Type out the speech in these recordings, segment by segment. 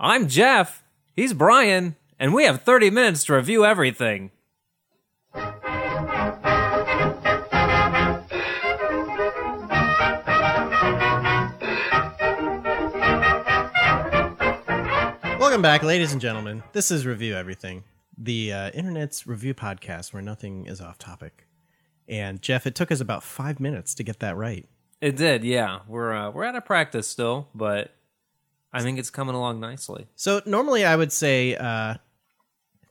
I'm Jeff. He's Brian. And we have 30 minutes to review everything. Welcome back, ladies and gentlemen. This is Review Everything, the uh, internet's review podcast where nothing is off topic. And Jeff, it took us about five minutes to get that right. It did, yeah. We're uh, we're out of practice still, but I think it's coming along nicely. So normally I would say uh,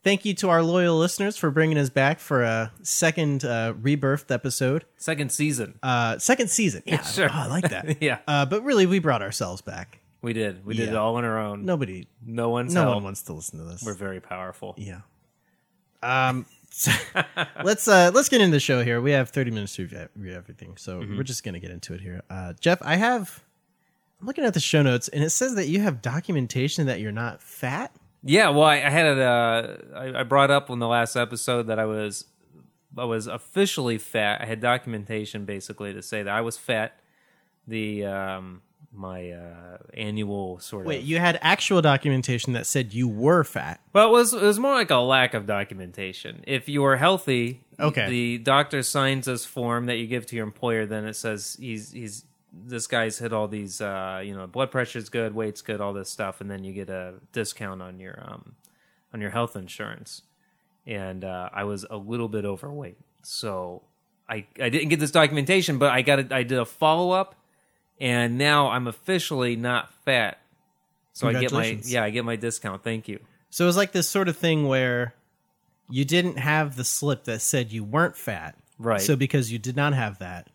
thank you to our loyal listeners for bringing us back for a second uh, rebirthed episode, Second season. uh, second season. Yeah, Sure. oh, I like that. Yeah. uh, but really, we brought ourselves back. We did. We did yeah. it all on our own. Nobody, no one's no help. one wants to listen to this. We're very powerful. Yeah. Um. so- let's uh let's get into the show here. We have thirty minutes to review- review everything, so we're just gonna get into it here. Uh, Jeff, I have. I'm looking at the show notes, and it says that you have documentation that you're not fat. Yeah, well, I, I had it. Uh, I, I brought up on the last episode that I was, I was officially fat. I had documentation basically to say that I was fat. The um, my uh, annual sort Wait, of you had actual documentation that said you were fat. well, it was it was more like a lack of documentation. If you are healthy, Okay. the doctor signs this form that you give to your employer. Then it says he's he's this guy's hit all these uh, you know blood pressure's good, weight's good, all this stuff, and then you get a discount on your um, on your health insurance and uh, I was a little bit overweight. So I, I didn't get this documentation, but I got a, I did a follow up, and now I'm officially not fat. So I get my Congratulations. yeah I get my discount. Thank you. So it was like this sort of thing where you didn't have the slip that said you weren't fat. Right. So because you did not have that,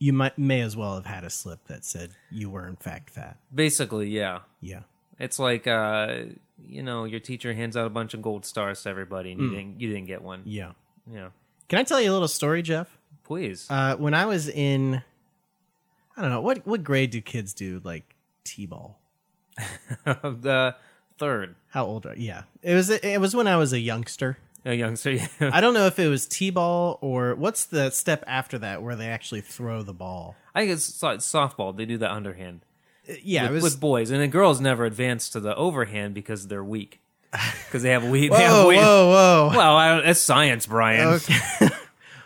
you might may as well have had a slip that said you were in fact fat. Basically, yeah. Yeah. It's like uh, you know your teacher hands out a bunch of gold stars to everybody, Hmm. and you didn't you didn't get one. Yeah, Yeah. Can I tell you a little story, Jeff? please. Uh, when I was in, I don't know what what grade do kids do like t-ball? the third How old are? Yeah, it was it was when I was a youngster. a youngster. I don't know if it was t-ball or what's the step after that where they actually throw the ball. I think it's so- softball. They do that underhand. Uh, Yeah, with, it was. with boys, and then girls never advance to the overhand because they're weak, because they have weak. they have whoa, whoa, weak. whoa! Well, I don't, that's science, Brian. Okay.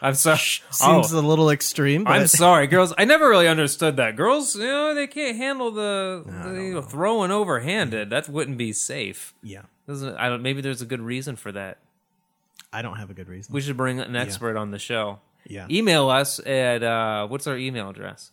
I'm sorry. Oh, Seems a little extreme. But I'm sorry, girls. I never really understood that. Girls, you know, they can't handle the, the throwing overhanded. That wouldn't be safe. Yeah, Doesn't I don't. Maybe there's a good reason for that. I don't have a good reason. We should bring an expert on the show. Yeah. Email us at uh, what's our email address?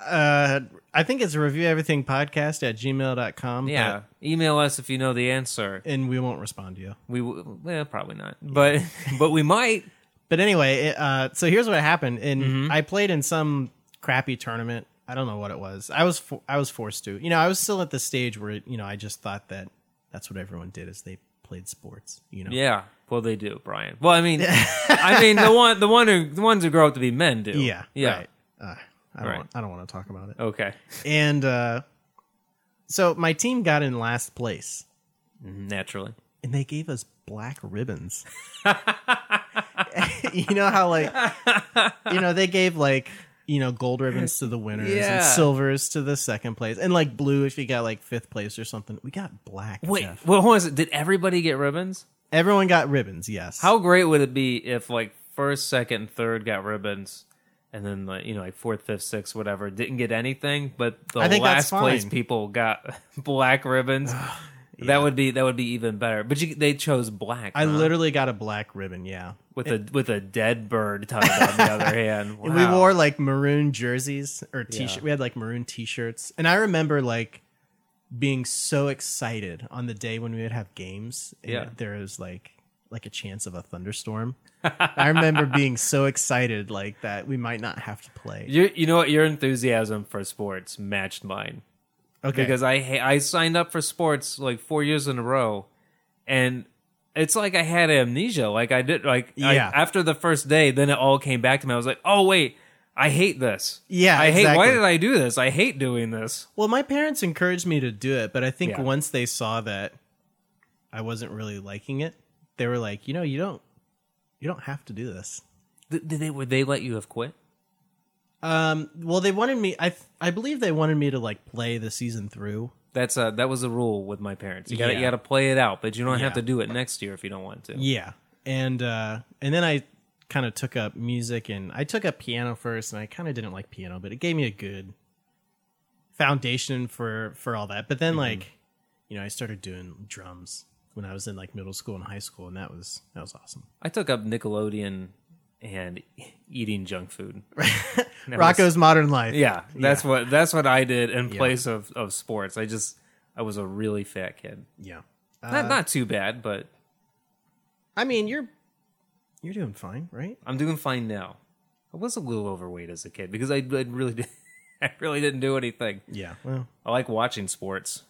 Uh, I think it's a review everything podcast at gmail.com. Yeah, email us if you know the answer. but- and we won't respond to you. We w- well, probably not, but but we might. But anyway, it, uh, so here's what happened. And Mm-hmm. I played in some crappy tournament. I don't know what it was. I was for, I was forced to. You know, I was still at the stage where you know I just thought that that's what everyone did is they played sports. You know. Yeah. Well, they do, Brian. Well, I mean, I mean the one, the one who, the ones who grow up to be men do. Yeah. Yeah. Right. Uh, I don't. Right. Want, I don't want to talk about it. Okay. And uh, so my team got in last place, Naturally. and they gave us black ribbons. you know how like you know they gave like you know gold ribbons to the winners Yeah. and silvers to the second place and like blue if you got like fifth place or something. We got black. Wait. Jeff. Well, hold on a second. Did everybody get ribbons? everyone got ribbons. Yes. How great would it be if like first, second, and third got ribbons, and then like you know like fourth, fifth, sixth, whatever didn't get anything, but the I think last that's place fine. people got black ribbons. That would be that would be even better. But you, they chose black. I huh? literally got a black ribbon. Yeah. with a with a dead bird tied on the other hand. And Wow. we wore like maroon jerseys or t-shirt. We had like maroon t-shirts, and I remember like being so excited on the day when we would have games. And Yeah. there was like like a chance of a thunderstorm. I remember being so excited like that we might not have to play. You you know what? Your enthusiasm for sports matched mine Okay, because I ha- I signed up for sports like four years in a row, and it's like I had amnesia. Like I did like I- Yeah. after the first day, then it all came back to me. I was like, oh wait, I hate this. Yeah, I hate. Why exactly. did I do this? I hate doing this. well, my parents encouraged me to do it, but I think Yeah. once they saw that I wasn't really liking it, they were like, you know, you don't you don't have to do this. Th- Did they would they let you have quit? Um, well, they wanted me. I I believe they wanted me to like play the season through. That's a that was a rule with my parents. You got to Yeah. you got to play it out, but you don't have Yeah. to do it next year if you don't want to. Yeah. And uh and then I kind of took up music and I took up piano first and I kind of didn't like piano, but it gave me a good foundation for for all that. But then like you know, I started doing drums when I was in like middle school and high school and that was that was awesome. I took up Nickelodeon and eating junk food. was- Rocco's Modern Life. Yeah, that's what that's what I did in place of of sports. I just I was a really fat kid. Yeah. Uh, Not Uh-huh. not too bad, but I mean, you're you're doing fine, right? I'm doing fine now. I was a little overweight as a kid because I, I really did, I really didn't do anything. Yeah. Well, I like watching sports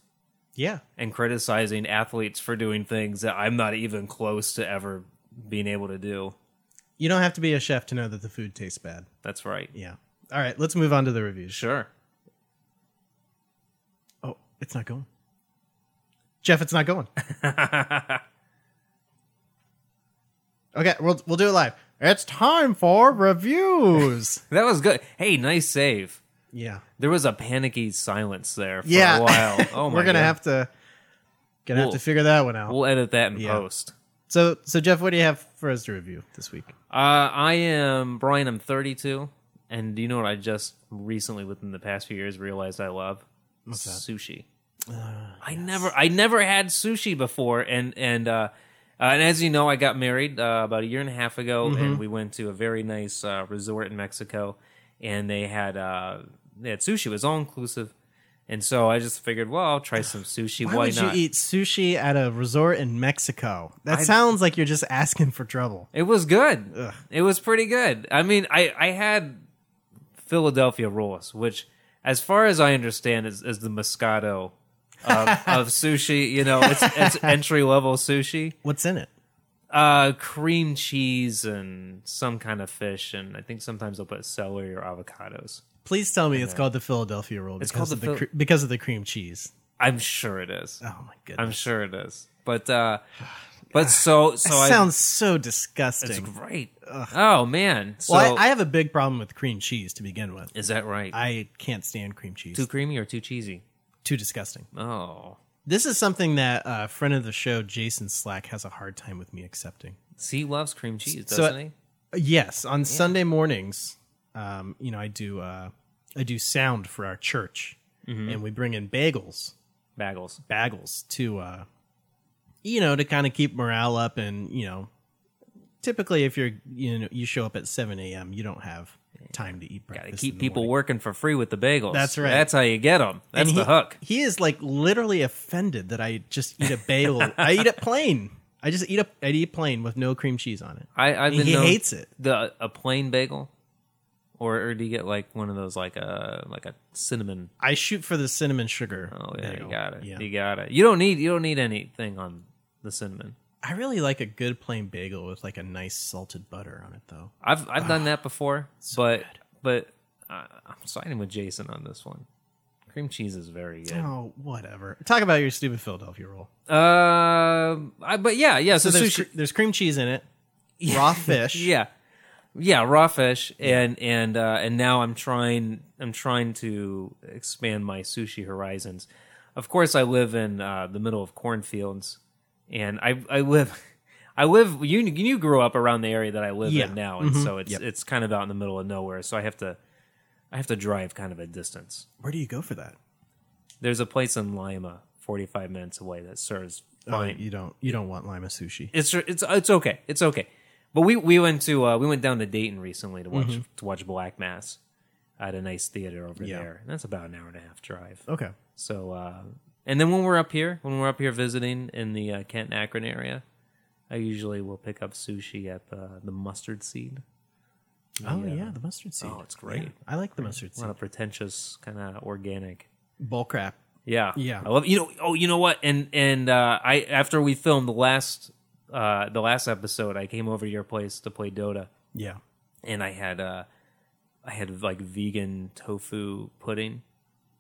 yeah. and criticizing athletes for doing things that I'm not even close to ever being able to do. You don't have to be a chef to know that the food tastes bad. That's right. Yeah. All right, let's move on to the reviews. Sure. Oh, it's not going. Jeff, it's not going. okay, we'll we'll do it live. It's time for reviews. That was good. Hey, nice save. yeah. There was a panicky silence there for Yeah. a while. Oh my We're gonna God. have to gonna have We'll- to figure that one out. We'll edit that in Yeah. post. so so Jeff, what do you have for us to review this week? Uh, I am Brian. I'm 32, and do you know what I just recently, within the past few years, realized I love sushi. Ah, I never, I never had sushi before, and and uh, uh, and as you know, I got married uh, about a year and a half ago, Mm-hmm. and we went to a very nice uh, resort in Mexico, and they had uh, they had sushi. It was all inclusive, and so I just figured, well, I'll try some sushi. Why, Why, would not? you eat sushi at a resort in Mexico? That I- sounds like you're just asking for trouble. It was good. It was pretty good. I mean, I, I had Philadelphia rolls, which, as far as I understand, is, is the Moscato of, of sushi. You know, it's, it's entry level sushi. What's in it? Uh, cream cheese and some kind of fish, and I think sometimes they'll put celery or avocados. Please tell me it's called the Philadelphia roll because It's called of the the, Phil- cre- because of the cream cheese. I'm sure it is. Oh my goodness. I'm sure it is. But uh, but so so I sounds so disgusting. it's great. Oh man. So well, I, I have a big problem with cream cheese to begin with. is that right? I can't stand cream cheese. too Too, creamy or too cheesy? disgusting. Oh. This is something that uh, friend of the show, Jason Slack, has a hard time with me accepting. See, he loves cream cheese, So- doesn't he? Yes, on Sunday mornings, um, you know, I do uh, I do sound for our church, Mm-hmm. and we bring in bagels, Bagels. bagels to, uh, you know, to kind of keep morale up, and you know, typically if you're you know you show up at seven a.m., you don't have time to eat breakfast. Got to in keep the people morning. working for free with the bagels. That's right. That's how you get them. That's And the he, hook. He is like literally offended that I just eat a bagel. I eat it plain. I just eat a I eat plain with no cream cheese on it. I, I've And been he known- hates it. The a plain bagel, or or do you get like one of those like a like a cinnamon? I shoot for the cinnamon sugar. Oh yeah, bagel. you got it. Yeah. You got it. You don't need you don't need anything on the cinnamon. I really like a good plain bagel with like a nice salted butter on it though. I've I've done that before, but but uh, I'm siding with Jason on this one. Cream cheese is very good. Oh, whatever. Talk about your stupid Philadelphia roll. Um, I, but yeah, yeah. So, So there's sushi, cr- there's cream cheese in it. Raw fish. Yeah. Yeah, raw fish and and uh, and now I'm trying I'm trying to expand my sushi horizons. Of course, I live in uh, the middle of cornfields, and I I live I live you you grew up around the area that I live Yeah. in now, and so it's it's kind of out in the middle of nowhere. So I have to I have to drive kind of a distance. Where do you go for that? There's a place in Lima, 45 minutes away, that serves Oh, fine you don't you don't want lima sushi. it's it's it's okay. It's okay. But we we went to uh, we went down to Dayton recently to watch to watch Black Mass at a nice theater over Mm-hmm. Yeah. there. And that's about an hour and a half drive. Okay. So uh, and then when we're up here, when we're up here visiting in the uh, Kent and Akron area, I usually will pick up sushi at the the Mustard Seed. Oh yeah, the mustard seed. Oh, it's great. Yeah, I like the mustard A seed. lot of pretentious kind of organic. Bull crap. Yeah, Yeah. I love you know. Oh, you know what? And and uh, I after we filmed the last uh, the last episode, I came over to your place to play Dota. Yeah. and I had uh I had like vegan tofu pudding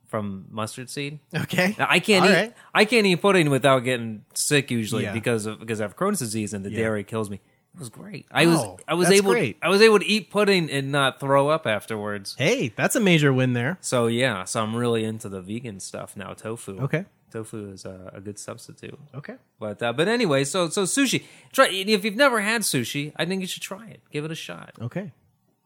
from mustard seed. Okay. Now, I can't All eat right. I can't eat pudding without getting sick usually Yeah. because of because I have Crohn's disease and the dairy kills me. It was great. I Oh, was I was that's able great. I was able to eat pudding and not throw up afterwards. Hey, that's a major win there. So yeah, so I'm really into the vegan stuff now, tofu. Okay. tofu is a, a good substitute. Okay. But uh, but anyway, so so sushi. Try if you've never had sushi, I think you should try it. Give it a shot. Okay.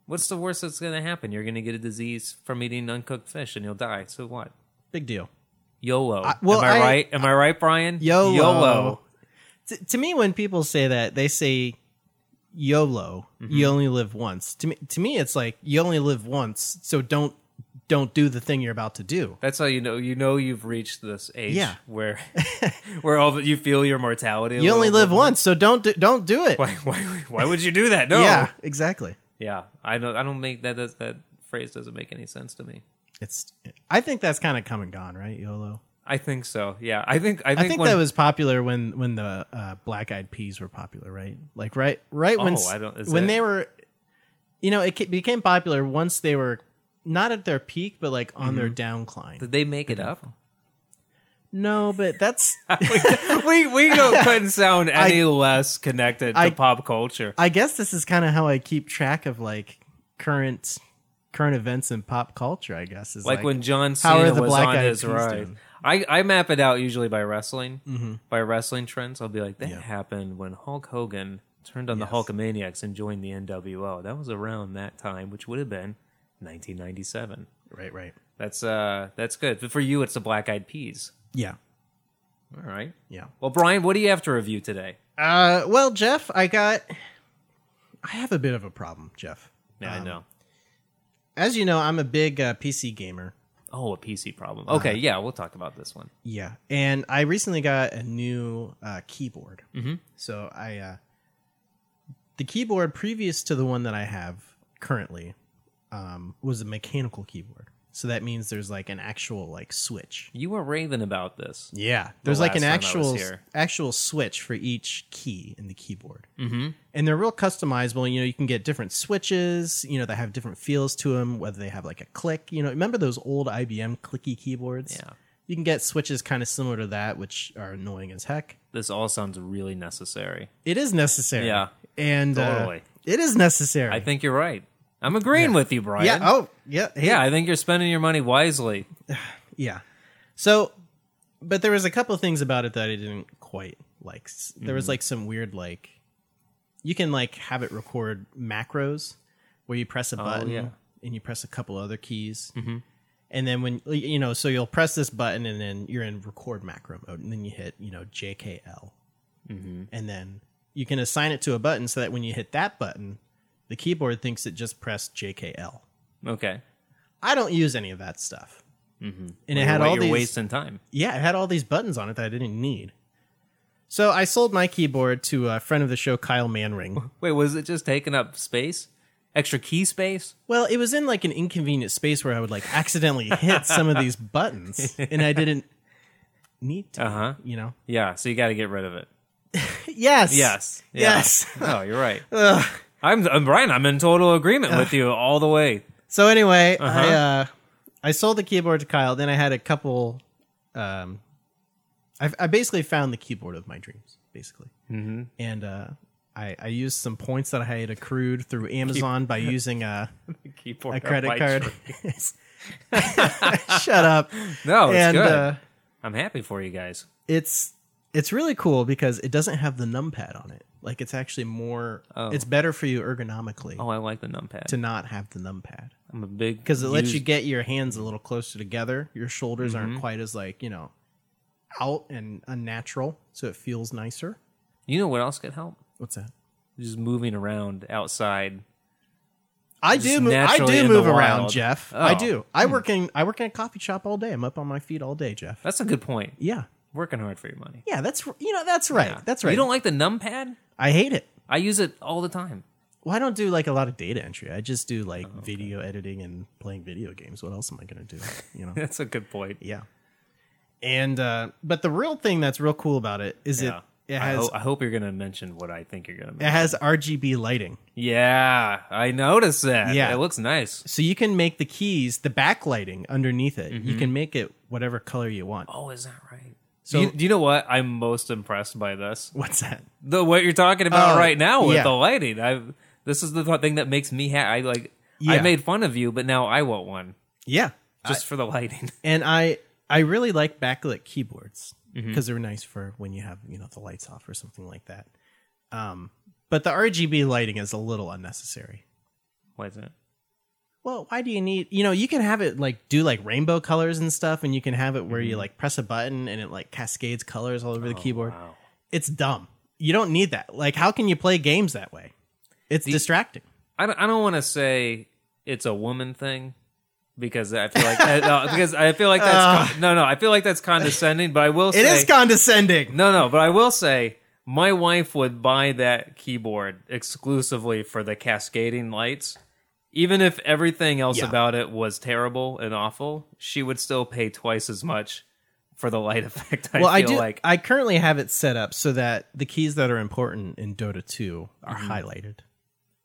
What's the worst that's going to happen? You're going to get a disease from eating uncooked fish, and you'll die. So what? Big deal. YOLO. I- well, Am I, I- right? Am I right, Brian? YOLO. To, to me, when people say that, they say YOLO. You only live once. To me, to me, it's like you only live once, so don't don't do the thing you're about to do. That's how you know you know you've reached this age Yeah. where where all of- you feel your mortality. a You only little live bit. once, so don't do, don't do it. Why, why why would you do that? No. Yeah, exactly. Yeah. I don't I don't make that does, that phrase doesn't make any sense to me. It's. I think that's kind of come and gone, right? YOLO. I think so. Yeah. I think I I think, think when, that was popular when when the uh, black eyed peas were popular, right? Like right right when Oh, s- I don't- is when it- they were, you know, it ca- became popular once they were not at their peak, but like on their downcline. did they make it up? no, but that's we we don't couldn't sound any less connected to I- pop culture. I guess this is kind of how I keep track of like current current events in pop culture. I guess is Like, like, when John how are Cena the was Black on Eyed his Peas rise. doing? Mm-hmm. I, I map it out usually by wrestling, by wrestling trends. I'll be like, that Yeah. happened when Hulk Hogan turned on Yes. the Hulkamaniacs and joined the NWO. That was around that time, which would have been 1997. right right That's uh, that's good. But for you, it's the Black Eyed Peas. yeah All right. yeah. Well, Brian, what do you have to review today? Uh, well, Jeff, I got I have a bit of a problem, Jeff. Yeah, Um, I know. As you know, I'm a big uh, PC gamer. Oh, a PC problem. uh-huh. Okay, yeah, we'll talk about this one. Yeah, and I recently got a new uh, keyboard. Mhm. So I, uh, the keyboard previous to the one that I have currently, um, was a mechanical keyboard. So that means there's like an actual like switch. You were raving about this. Yeah, there's like an last time I was actual here. actual switch for each key in the keyboard, mm-hmm. and they're real customizable. You know, you can get different switches. You know, that have different feels to them. Whether they have like a click, you know, remember those old IBM clicky keyboards? Yeah. you can get switches kind of similar to that, which are annoying as heck. This all sounds really necessary. It is necessary. Yeah. and uh, Totally. it is necessary. I think you're right. I'm agreeing with you, Brian. yeah. Oh, yeah. hey, Yeah, I think you're spending your money wisely. Yeah. So, but there was a couple things about it that I didn't quite like. S- There Mm-hmm. was like some weird like, you can like have it record macros where you press a button Oh, yeah. Mm-hmm. and you press a couple other keys. And then when you know, so you'll press this button and then you're in record macro mode, and then you hit you know JKL, Mm-hmm. and then you can assign it to a button so that when you hit that button, the keyboard thinks it just pressed JKL. Okay. I don't use any of that stuff, and it You're- had what all Mm-hmm. you're these wasting time. yeah, it had all these buttons on it that I didn't need. So I sold my keyboard to a friend of the show, Kyle Manring. Wait, was it just taking up space? Extra key space? Well, it was in like an inconvenient space where I would like accidentally hit some of these buttons, and I didn't need to. Uh-huh. You know? Yeah, so you got to get rid of it. Yes. Yes. Yeah. Yes. no, you're right. I'm, I'm Brian. I'm in total agreement with you all the way. So anyway, Uh-huh. I uh, I sold the keyboard to Kyle. Then I had a couple. Um, I, I basically found the keyboard of my dreams, basically, mm-hmm. and uh, I I used some points that I had accrued through Amazon by using uh, a Keyboard a up credit my card. shirt. Shut up. No, Oh, it's and good. uh, I'm happy for you guys. it's it's really cool because it doesn't have the numpad on it. Like it's actually more. Oh. It's better for you ergonomically Oh, I like the numpad. to not have the numpad. I'm a big because it lets used- you Mm-hmm. get your hands a little closer together. Your shoulders aren't quite as like you know out and unnatural, so it feels nicer. You know what else could help? What's that? Just moving araund outside. I Just do. Move, I naturally in do the move around, wild. Jeff. I Oh. do. I work in. I work in a coffee shop all day. I'm up on my feet all day, Jeff. That's a good point. Yeah, Working hard for your money. yeah. That's you know. That's right. That's right. You don't like the numpad? I hate it. I use it all the time. Well, I don't do like a lot of data entry. I just do like video editing and playing video games. What else am I going to do? You know. That's a good point. yeah. And uh but the real thing that's real cool about it is Yeah. it it I, has ho- I hope you're going to mention what I think you're going to It mention. has RGB lighting. Yeah, I noticed that. Yeah. it looks nice. So you can make the keys, the backlighting underneath it. You can make it whatever color you want. Oh, is that right? So, So- do you, do you know what? I'm most impressed by this. What's that? The what you're talking about Oh, right now with yeah. the lighting. I've this is the th- thing that makes me ha- I like. I Yeah. made fun of you, but now I want one Yeah. just for the lighting. And I I really like backlit keyboards because they're nice for when you have you know the lights off or something like that. Um, but the RGB lighting is a little unnecessary. Why is it? Well, why do you need? You know, you can have it like do like rainbow colors and stuff, and you can have it where you like press a button and it like cascades colors all over the keyboard. Wow. It's dumb. You don't need that. Like, how can you play games that way? It's distracting. I don't, I don't want to say it's a woman thing because I feel like that, no, because I feel like that's con- no no I feel like that's condescending. But I will say Uh. It is condescending. no no. But I will say my wife would buy that keyboard exclusively for the cascading lights. Even if everything else Yeah. about it was terrible and awful, she would still pay twice as much for the light effect. I well, I feel do. like I currently have it set up so that the keys that are important in Dota 2 are highlighted,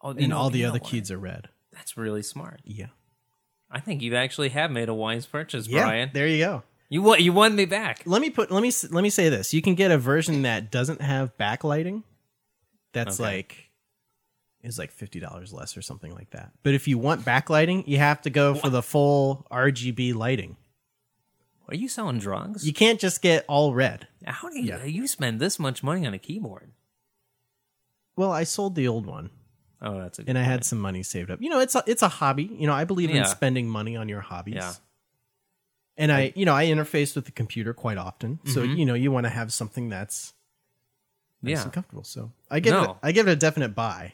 oh, you and know- all the you know other what? keys are red. That's really smart. Yeah. I think you actually have made a wise purchase, Yeah. Brian. There you go. You won. You won me back. Let me put. Let me. s- Let me say this. You can get a version that doesn't have backlighting. That's Okay. like is like fifty dollars less or something like that. But if you want backlighting, you have to go for the full RGB lighting. Are you selling drugs? You can't just get all red. How do you, Yeah. you spend this much money on a keyboard? Well, I sold the old one. Oh, that's a good and I had some money saved up. You know, it's a, it's a hobby. You know, I believe Yeah. in spending money on your hobbies. Yeah. And I, you know, I interface with the computer quite often, so you know, you want to have something that's nice Mm-hmm. yeah. and comfortable. So I give it, No. a- I give it a definite buy,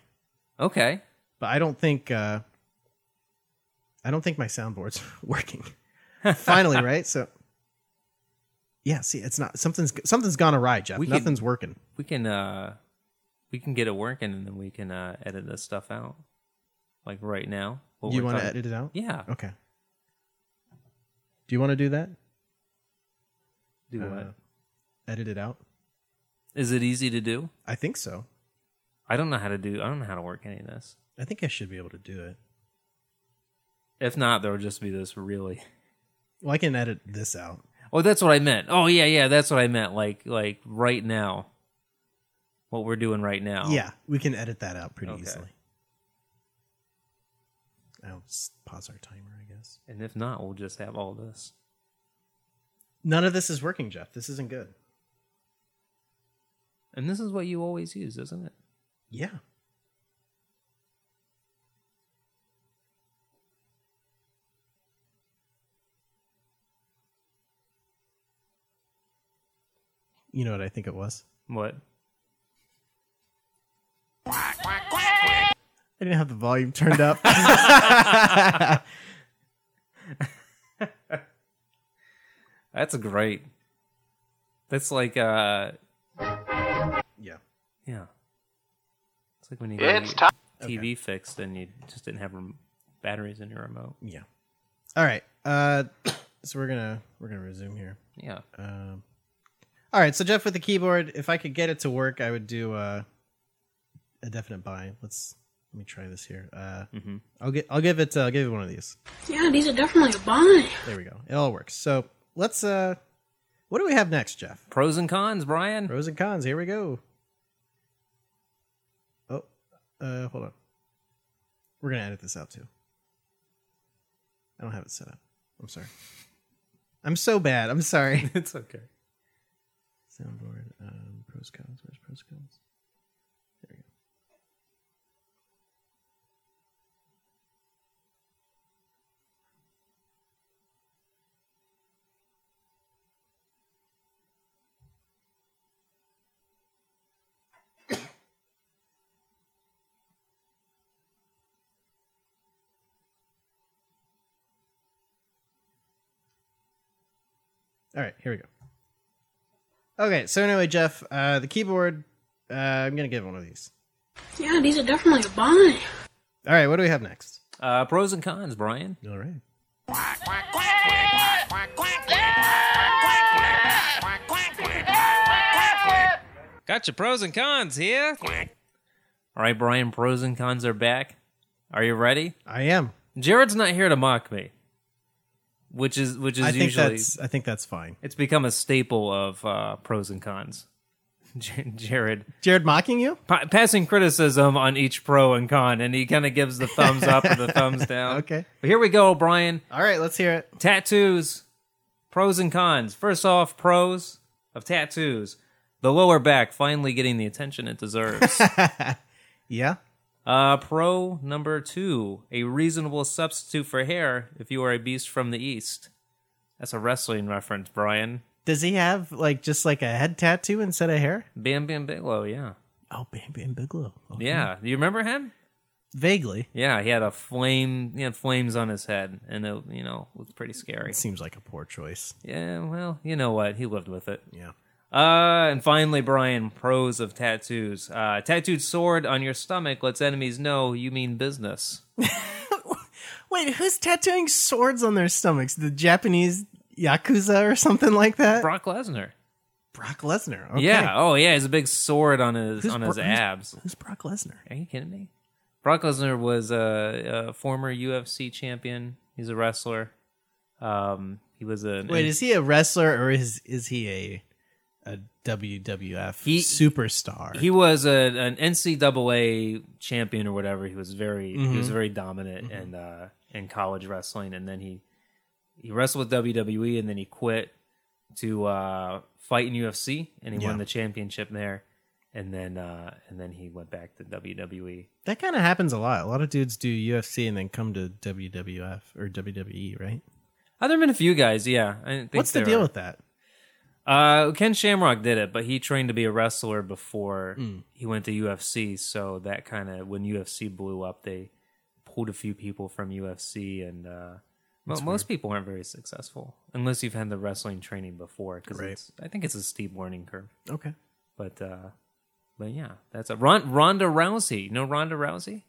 Okay. but I don't think, uh I don't think my soundboard's working. Finally, right? So, yeah. See, it's not something's something's gone awry, Jeff. We could- Nothing's working. We can uh we can get it working and then we can uh edit this stuff out. Like right now. what You we're want to talking- edit Oh, it out? Yeah. Okay. Do you want to do that? Do what? Uh, edit it out? Is it easy to do? I think so. I don't know how to do I don't know how to work any of this. I think I should be able to do it. If not, there would just be this really Well, I can edit this out. Oh, that's what I meant. Oh yeah, yeah, that's what I meant. Like like right now. What we're doing right now. Yeah, we can edit that out pretty Oh. Okay. easily. I'll just pause our timer, I guess. And if not, we'll just have all this. None of this is working, Jeff. This isn't good. And this is what you always use, isn't it? Yeah. You know what I think it was? What? I didn't have the volume turned up. That's great. That's like uh yeah. yeah. It's like when you It's got your ti- TV fixed and you just didn't have rem- batteries in your remote. Yeah. All right. Uh, so we're gonna we're gonna resume here. Yeah. Um, all right. So Jeff with the keyboard, if I could get it to work, I would do uh, a definite buy. Let's let me try this here. Uh, Mhm. I'll get I'll give it uh, I'll give it one of these. Yeah, these are definitely a buy. There we go. It all works. So let's. Uh, what do we have next, Jeff? Pros and cons, Brian. Pros and cons. Here we go. Oh, uh, hold on. We're gonna edit this out too. I don't have it set up. I'm sorry. I'm so bad. I'm sorry. it's okay. Soundboard. Um, pros cons. Where's pros cons? There we go. All right, here we go. Okay, so anyway, Jeff, uh, the keyboard. Uh, I'm gonna give one of these. Yeah, these are definitely a buy. All right, what do we have next? Uh, pros and cons, Brian. All right. Got your pros and cons here. All right, Brian. Pros and cons are back. Are you ready? I am. Jared's not here to mock me, which is which is I think usually that's. I think that's fine. it's become a staple of uh, pros and cons. J- Jared Jared mocking you? pa- passing criticism on each pro and con, and he kind of gives the thumbs up or the thumbs down. Okay. But here we go, Brian. All right, let's hear it. Tattoos, Pros and cons. First off, pros of tattoos. The lower back finally getting the attention it deserves. Yeah. Uh, pro number two, a reasonable substitute for hair if you are a beast from the east. That's a wrestling reference, Brian. Does he have like just like a head tattoo instead of hair? Bam Bam Bigelow, yeah. Oh, Bam Bam Bigelow. Oh. Okay. Yeah. Do you remember him? Vaguely. Yeah, he had a flame, he had flames on his head, and it, you know, looked pretty scary. It seems like a poor choice. Yeah, well, you know what? He lived with it. Yeah. Uh, and finally, Brian, pros of tattoos. Uh, tattooed sword on your stomach lets enemies know you mean business. Wait, who's tattooing swords on their stomachs? The Japanese Yakuza or something like that? Brock Lesnar. Brock Lesnar. Okay. Yeah. Oh, yeah. He's a big sword on his Who's on his Bro- who's- abs. Who's Brock Lesnar? Are you kidding me? Brock Lesnar was a, a former UFC champion. He's a wrestler. Um, he was a Wait, is he a wrestler or is is he a a WWF He- superstar? he was a, an NCAA champion or whatever. He was very he Mm-hmm. was very dominant in uh, in college wrestling, and then he he wrestled with WWE, and then he quit to uh, fight in UFC, and he Yeah. won the championship there, and then uh, and then he went back to E. WWE. that kind of happens a lot. A lot of dudes do UFC and then come to WWF or WWE, right? Uh, there have been a few guys, yeah. I think What's the there deal are- with that? Uh, Ken Shamrock did it, but he trained to be a wrestler before Hmm. he went to UFC. So that kind of when UFC blew up, they pulled a few people from UFC, and uh, well, most people aren't very successful unless you've had the wrestling training before. Because Right. I think it's a steep learning curve. Okay. But uh, but yeah, that's a Ron, Ronda Rousey. No Ronda Rousey.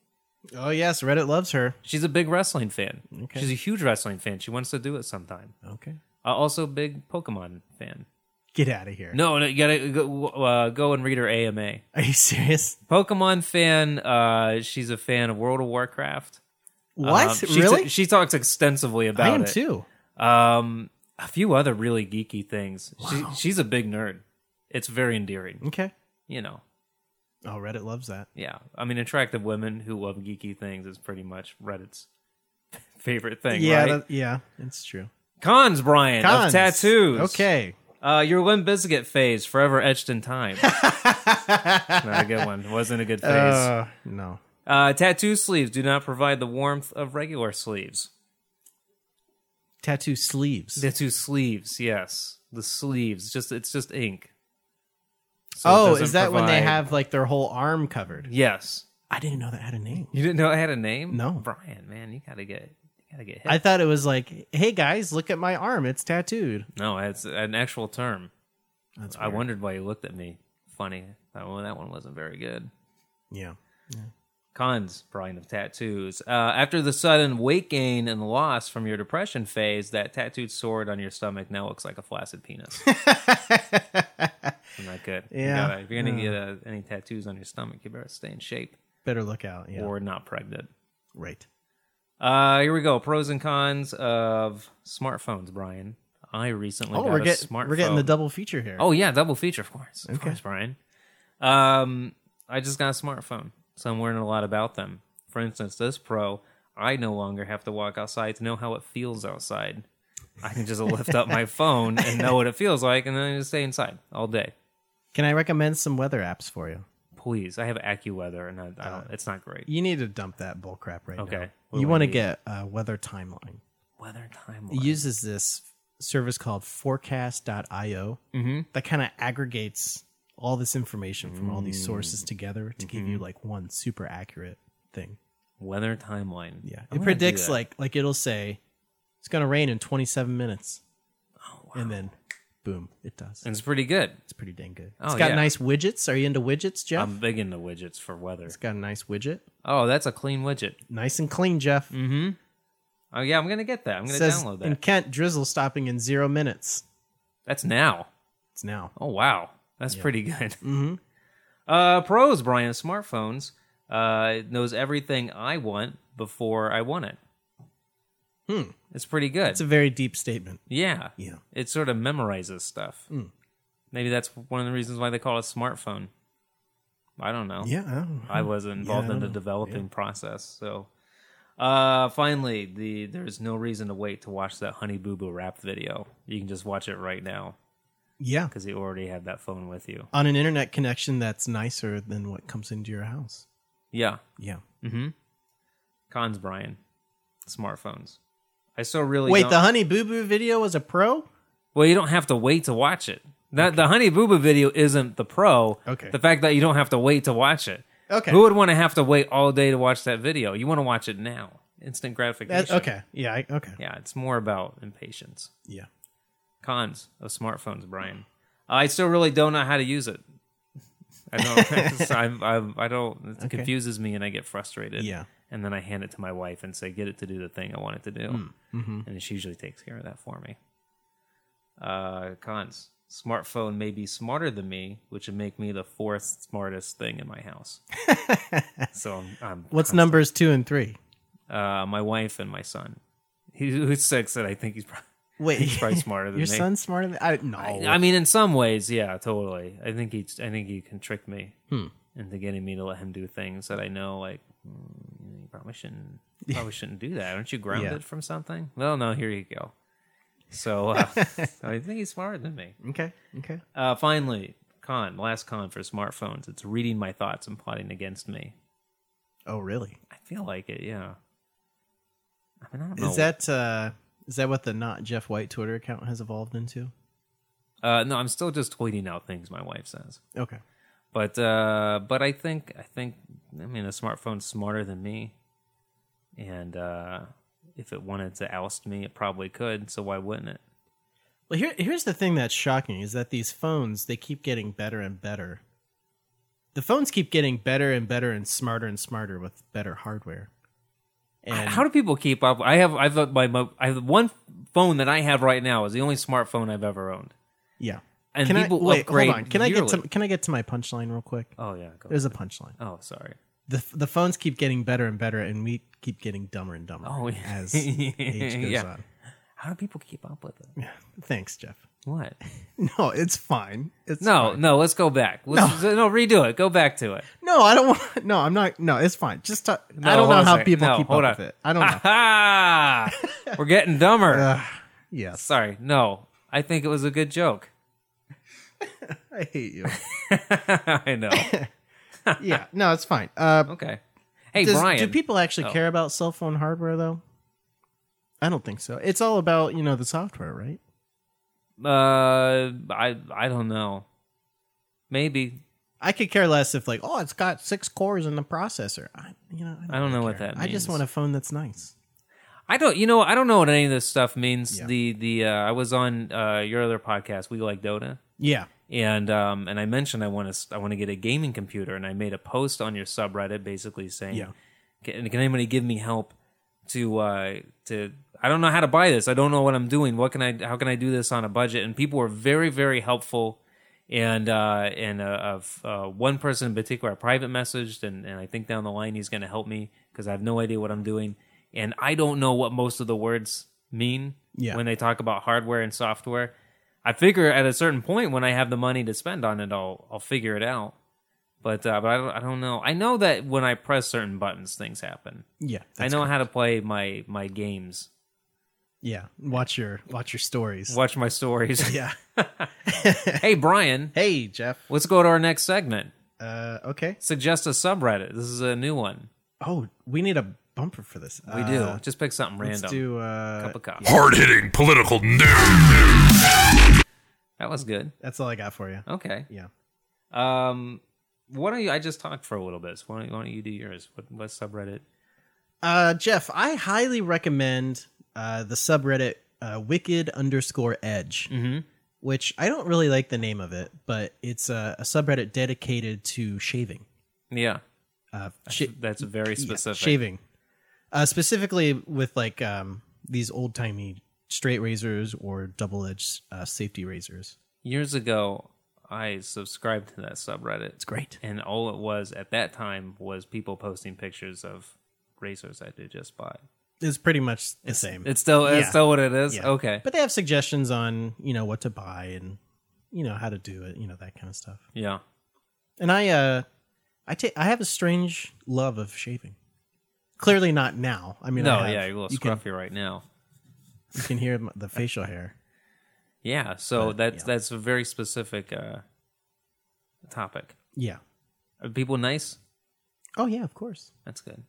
Oh yes, Reddit loves her. She's a big wrestling fan. Okay. She's a huge wrestling fan. She wants to do it sometime. Okay. Uh, also, big Pokemon fan. Get out of here. No, no, you gotta go, uh, go and read her AMA. Are you serious? Pokemon fan. Uh, she's a fan of World of Warcraft. What? Um, she really? t- she talks extensively about I am it. too. Um, a few other really geeky things. She, she's a big nerd. It's very endearing. Okay. You know. Oh, Reddit loves that. Yeah. I mean, attractive women who love geeky things is pretty much Reddit's favorite thing. yeah, right? that- yeah, it's true. Cons, Brian. Of Cons. tattoos. Okay. Uh, your Limp Bizkit phase, forever etched in time. Not a good one. Wasn't a good phase. Uh, no. Uh, tattoo sleeves do not provide the warmth of regular sleeves. Tattoo sleeves. Tattoo sleeves, yes, the sleeves. Just it's just ink. So it oh, doesn't is that when they provide- have like their whole arm covered? Yes, I didn't know that had a name. you didn't know I had a name. No. Brian, man, you gotta get you gotta get hit. I thought it was like, hey guys, look at my arm. It's tattooed. no, it's an actual term. That's I wondered why you looked at me. Funny. That one, that one wasn't very good. Yeah. Cons, Brian, of tattoos. Uh, after the sudden weight gain and loss from your depression phase, that tattooed sword on your stomach now looks like a flaccid penis. not good. You Yeah. gotta- if you're gonna get uh, any tattoos on your stomach, you better stay in shape Better look out. Yeah. or not pregnant. right. Uh, here we go. Pros and cons of smartphones, Brian. I recently Oh, got we're a getting smartphone. we're getting the double feature here. Oh yeah, double feature, of course. Of course, Brian. Um, I just got a smartphone, so I'm learning a lot about them. For instance, this Pro, I no longer have to walk outside to know how it feels outside. I can just lift up my phone and know what it feels like, and then I just stay inside all day. Can I recommend some weather apps for you? Please, I have AccuWeather, and I, I Uh, don't. It's not great. You need to dump that bullcrap right now. Okay. What You do I want to need? get a weather timeline. Weather timeline. It uses this service called forecast.io that kind of aggregates all this information from all these sources together to give you like one super accurate thing. Weather timeline. Yeah. I'm It gonna do predicts that. like like it'll say it's going to rain in 27 minutes. Oh, wow. And then boom, it does. And it's pretty good. It's pretty dang good. Oh, it's got yeah. Um, nice widgets. Are you into widgets, Jeff? I'm big into widgets for weather. it's got a nice widget. Oh, that's a clean widget. Nice and clean, Jeff. Oh yeah, I'm gonna get that. Mm-hmm. I'm It gonna says download that. in Kent, drizzle stopping in 0 minutes. That's now. It's now. Oh wow, that's pretty good. Uh, pros, Brian. Smartphones uh, it knows everything I want before I want it. Hmm. It's pretty good. It's a very deep statement. yeah, Yeah. It sort of memorizes stuff. Maybe that's one of the reasons why they call it a smartphone. I don't know. Yeah. I don't know. I was involved I in the don't know. developing process. So, Uh, finally, the there's no reason to wait to watch that Honey Boo Boo rap video. You can just watch it right now Yeah. because you already have that phone with you. On an internet connection that's nicer than what comes into your house. Yeah. Yeah. Mm-hmm. Cons Brian, smartphones. I still really Wait, don't- the Honey Boo Boo video was a pro? Well, you don't have to wait to watch it. That the Honey Boo Boo video isn't the pro. Okay. The fact that you don't have to wait to watch it. Okay. Who would want to have to wait all day to watch that video? You want to watch it now. Instant gratification. That- okay. Yeah. I, okay. Yeah, it's more about impatience. Yeah. Cons of smartphones, Brian. I still really don't know how to use it. I don't. I'm, I'm, I don't. It confuses me, and I get frustrated. Yeah. And then I hand it to my wife and say, "Get it to do the thing I want it to do," Hmm. Mm-hmm. and she usually takes care of that for me. Uh, cons: smartphone may be smarter than me, which would make me the fourth smartest thing in my house. so I'm, I'm What's numbers two and three? uh, my wife and my son. He, who's six, and I think he's probably, Wait. he's probably smarter than your me. son's smarter than I no. I, I mean, in some ways, yeah, totally. I think he, I think he can trick me Hmm. into getting me to let him do things that I know, like mm, you probably shouldn't, probably shouldn't do that. Aren't you grounded Yeah. from something? Well, no, here you go. So, uh, I think he's smarter than me. okay. Okay. Uh, finally, con last con for smartphones. It's reading my thoughts and plotting against me. Oh really? I feel like it, yeah. I mean, I don't know. Is that uh is that what the not Jeff White Twitter account has evolved into? uh, no? I'm still just tweeting out things my wife says. Okay. But uh, but I think I think I mean a smartphone's smarter than me, and uh, if it wanted to oust me, it probably could. So why wouldn't it? Well, here, here's the thing that's shocking is that these phones they keep getting better and better. The phones keep getting better and better and smarter and smarter with better hardware. And How do people keep up? I have I've got my, my I have one phone that I have right now is the only smartphone I've ever owned, yeah, and can people I, wait, upgrade. hold on. Can I get to yearly. can I get to my punchline real quick? Oh yeah. Go. There's a punchline. Oh sorry. The the phones keep getting better and better, and we keep getting dumber and dumber Oh, yeah. as age goes Yeah. on. How do people keep up with it? Yeah. Thanks, Jeff. What? No, it's fine. It's No, fine. no. Let's go back. Let's, no. redo it. Go back to it. no, I don't want. No, I'm not. No, it's fine. Just talk, No, I don't hold know on a how second. people No, keep up hold with on. it. I don't know. Ha ha! We're getting dumber. yes, Sorry, no. I think it was a good joke. I hate you. I know. yeah, no, it's fine. Uh, Okay. Hey, does- Brian. do people actually Oh. care about cell phone hardware though? I don't think so. It's all about you know the software, right? uh, I I don't know. Maybe I could care less if like, oh, it's got six cores in the processor. I, you know, I don't know what care. that I just means. want a phone that's nice. I don't. You know, I don't know what any of this stuff means. Yeah. The the uh, I was on uh, your other podcast. We like Dota. Yeah, and um and I mentioned I want to I want to get a gaming computer, and I made a post on your subreddit basically saying, Yeah. can, can anybody give me help to uh to I don't know how to buy this. I don't know what I'm doing. What can I? How can I do this on a budget?" And people were very very helpful. And uh, and uh, of uh, one person in particular, I private messaged, and, and I think down the line he's going to help me because I have no idea what I'm doing, and I don't know what most of the words mean Yeah. when they talk about hardware and software. I figure at a certain point when I have the money to spend on it, I'll I'll figure it out. But uh, but I don't, I don't know. I know that when I press certain buttons, things happen. yeah. I that's know good. how to play my my games, Yeah, watch your watch your stories. watch my stories. Yeah. hey Brian, Hey, Jeff. let's go to our next segment. Uh, okay. Suggest a subreddit. This is a new one. Oh, we need a bumper for this. Uh, We do just pick something Let's random. do. Uh, Cup of coffee. Hard hitting political news. That was good. That's all I got for you. Okay. Yeah. Um, why don't you? I just talked for a little bit. So why don't, why don't you do yours? What, what subreddit? Uh, Jeff, I highly recommend uh, the subreddit uh, wicked underscore edge, Mm. which I don't really like the name of it, but it's a, a subreddit dedicated to shaving. Yeah, Uh, sh- that's very specific. shaving. Uh, specifically with like um, these old timey straight razors or double edged uh, safety razors. years ago i subscribed to that subreddit It's great. and all it was at that time was people posting pictures of razors i did just buy It's pretty much the same. it's still Yeah. it's still what it is Yeah. okay But they have suggestions on, you know, what to buy and, you know, how to do it, you know, that kind of stuff. yeah And I uh I take I have a strange love of shaving. Clearly not now. I mean, I No, have- yeah, you're a little you can, scruffy right now. you can hear m- the facial hair. Yeah, so But, that's yeah. that's a very specific uh, topic. Yeah. Are people nice? Oh yeah, of course. That's good.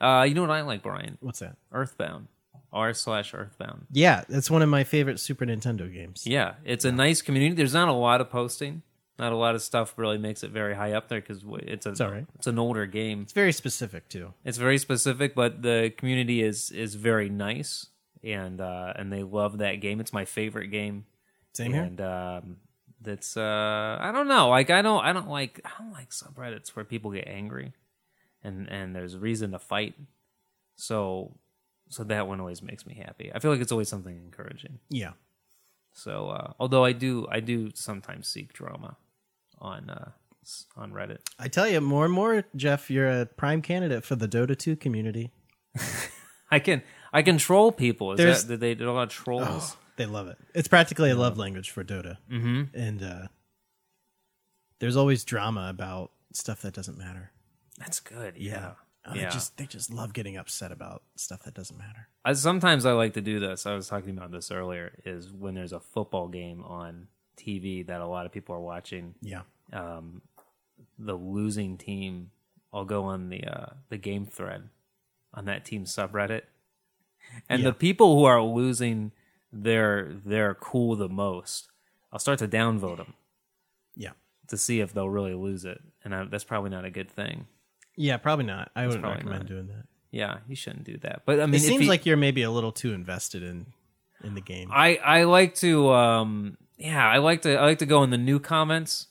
Uh, you know what I like, Brian? What's that? Earthbound. R slash Earthbound. Yeah, that's one of my favorite Super Nintendo games. Yeah, it's a nice community. There's not a lot of posting. Not a lot of stuff really makes it very high up there because it's a all right. it's an older game. It's very specific too. It's very specific, but the community is is very nice and uh, and they love that game. It's my favorite game. Same here. and um, that's uh, I don't know. Like I don't I don't like I don't like subreddits where people get angry, and and there's reason to fight. So so that one always makes me happy. I feel like it's always something encouraging. Yeah. So uh, although I do I do sometimes seek drama on uh, s- on Reddit. I tell you, more and more, Jeff, you're a prime candidate for the Dota 2 community. I can I can troll people. Is There's- Oh. that, did they do a lot of trolls? They love it. It's practically a love language for Dota. Mm-hmm. And uh, there's always drama about stuff that doesn't matter. That's good. Yeah. And They just they just love getting upset about stuff that doesn't matter. I, sometimes I like to do this. I was talking about this earlier. Is when there's a football game on TV that a lot of people are watching. Yeah. Um, the losing team, I'll go on the uh, the game thread on that team subreddit, and the people who are losing their their cool the most, I'll start to downvote them Yeah. to see if they'll really lose it, and I, that's probably not a good thing. Yeah, probably not. I wouldn't probably recommend not. doing that. Yeah, you shouldn't do that. But I mean, it if seems you- like you're maybe a little too invested in in the game. I I like to um yeah I like to I like to go in the new comments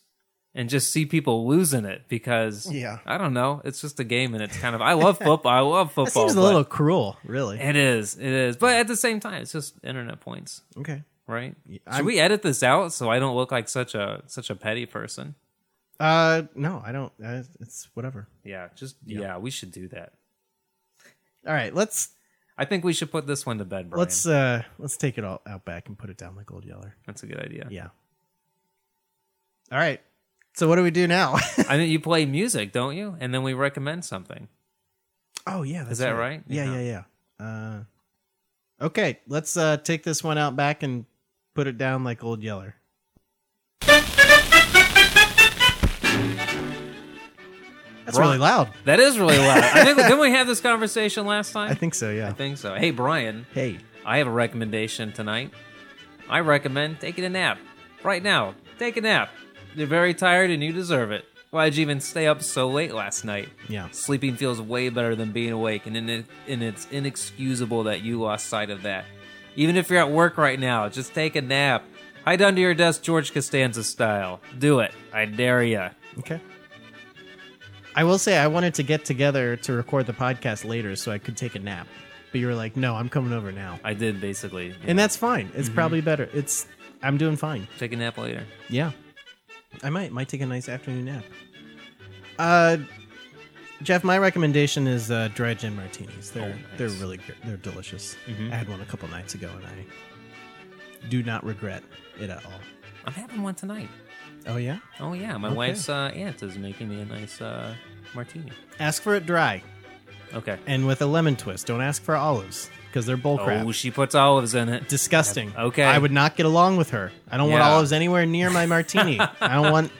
and just see people losing it because Yeah. I don't know it's just a game and it's kind of I love football I love football that seems a but- little cruel, really. it is it is but at the same time it's just internet points okay. right should I'm- we edit this out so I don't look like such a such a petty person Uh, no, I don't. Uh, it's whatever. yeah just yeah, we should do that All right, let's I think we should put this one to bed Brian let's uh let's take it all out back and put it down like old yeller. that's a good idea Yeah. All right. So what do we do now? I mean you play music don't you and then we recommend something oh yeah, that's that right? Yeah, yeah, yeah. Uh, okay, let's uh take this one out back and put it down like old yeller. That's Right. really loud. that is really loud I think didn't we have this conversation last time I think so. Yeah. I think so. Hey, Brian, hey. I have a recommendation tonight. I recommend taking a nap. Right now, take a nap. You're very tired and you deserve it. Why'd you even stay up so late last night? Yeah. Sleeping feels way better than being awake, and, in and it's inexcusable that you lost sight of that. Even if you're at work right now, just take a nap. Hide under your desk, George Costanza style. Do it. I dare ya. Okay. I will say I wanted to get together to record the podcast later so I could take a nap, but you were like, "No, I'm coming over now," I did basically. and that's fine. It's probably better. It's I'm doing fine. Take a nap later. Yeah, I might might take a nice afternoon nap. Uh, Jeff, my recommendation is uh, dry gin martinis. They're Oh, nice. they're really good. They're delicious. I had one a couple nights ago, and I do not regret it at all. I'm having one tonight. Oh yeah, Oh yeah, my Okay. wife's uh, aunt is making me a nice uh, martini. ask for it dry Okay. and with a lemon twist. Don't ask for olives because they're bull crap. Oh, she puts olives in it. disgusting. Okay. I would not get along with her. I don't want Yeah. olives anywhere near my martini. I don't want.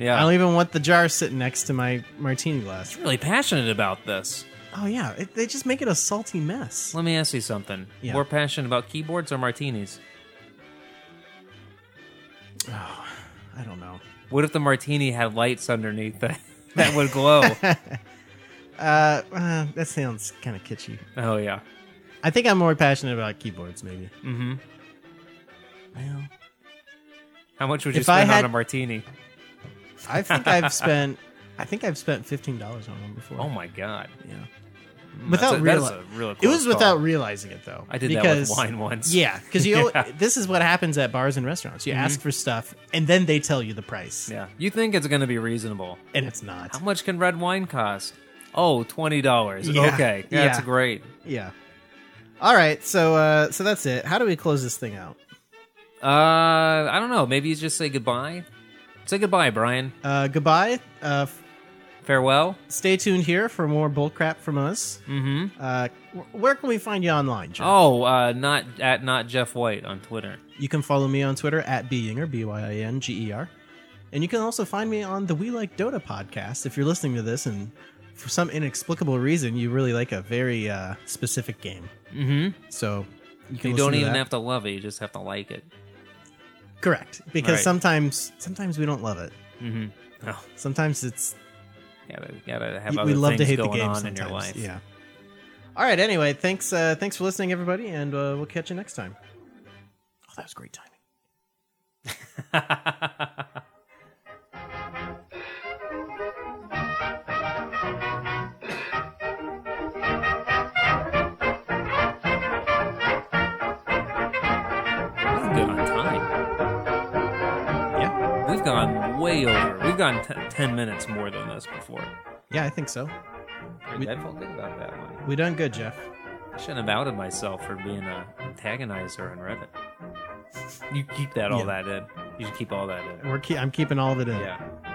I Yeah, don't even want the jar sitting next to my martini glass. really passionate about this. Oh yeah, it, they just make it a salty mess. Let me ask you something. Yeah. More passionate about keyboards or martinis? I don't know. What if the martini had lights underneath that that would glow? Uh, uh that sounds kind of kitschy. oh yeah. I think I'm more passionate about keyboards, maybe. Mm-hmm. Well, How much would you If I spend had- on a martini? I think I've spent. I think I've spent fifteen dollars on one before. Oh my god. Yeah. Mm, Without that's a, that is reali- a real It was close without call. realizing it though. I did because- that with wine once. Yeah, because you. al- Yeah. Mm-hmm. This is what happens at bars and restaurants. You ask for stuff, and then they tell you the price, Yeah. You think it's going to be reasonable? and it's not. How much can red wine cost? Oh, twenty dollars. Yeah. Okay, that's Yeah. great. Yeah. All right, so uh, so that's it. How do we close this thing out? Uh, I don't know. Maybe you just say goodbye. Say goodbye, Brian. Uh, goodbye uh, f- Farewell. Stay tuned here for more bullcrap from us. Mm-hmm. Uh, wh- where can we find you online, Jeff? Oh, uh, not at not Jeff White on Twitter. You can follow me on Twitter at Byinger, B Y I N G E R. And you can also find me on the We Like Dota podcast if you're listening to this and for some inexplicable reason you really like a very uh, specific game. Mm-hmm. So you can You listen don't to even that. have to love it; you just have to like it. Correct. Because Right. sometimes sometimes we don't love it. Mm-hmm. Sometimes it's Gotta, gotta have other y- Oh. we love to things hate the going game on sometimes. in your life. Yeah. All right, anyway, thanks uh, thanks for listening everybody and uh, we'll catch you next time. Oh, that was great timing. That's good on time. Yeah. We've gone way over. We've gone t- ten minutes more than this before. Yeah, I think so. We- I felt good about that one. We done good, Jeff. I shouldn't have outed myself for being a antagonizer on Reddit. You keep that all Yeah. that in. You should keep all that in. We're ke- I'm keeping all of it in. Yeah.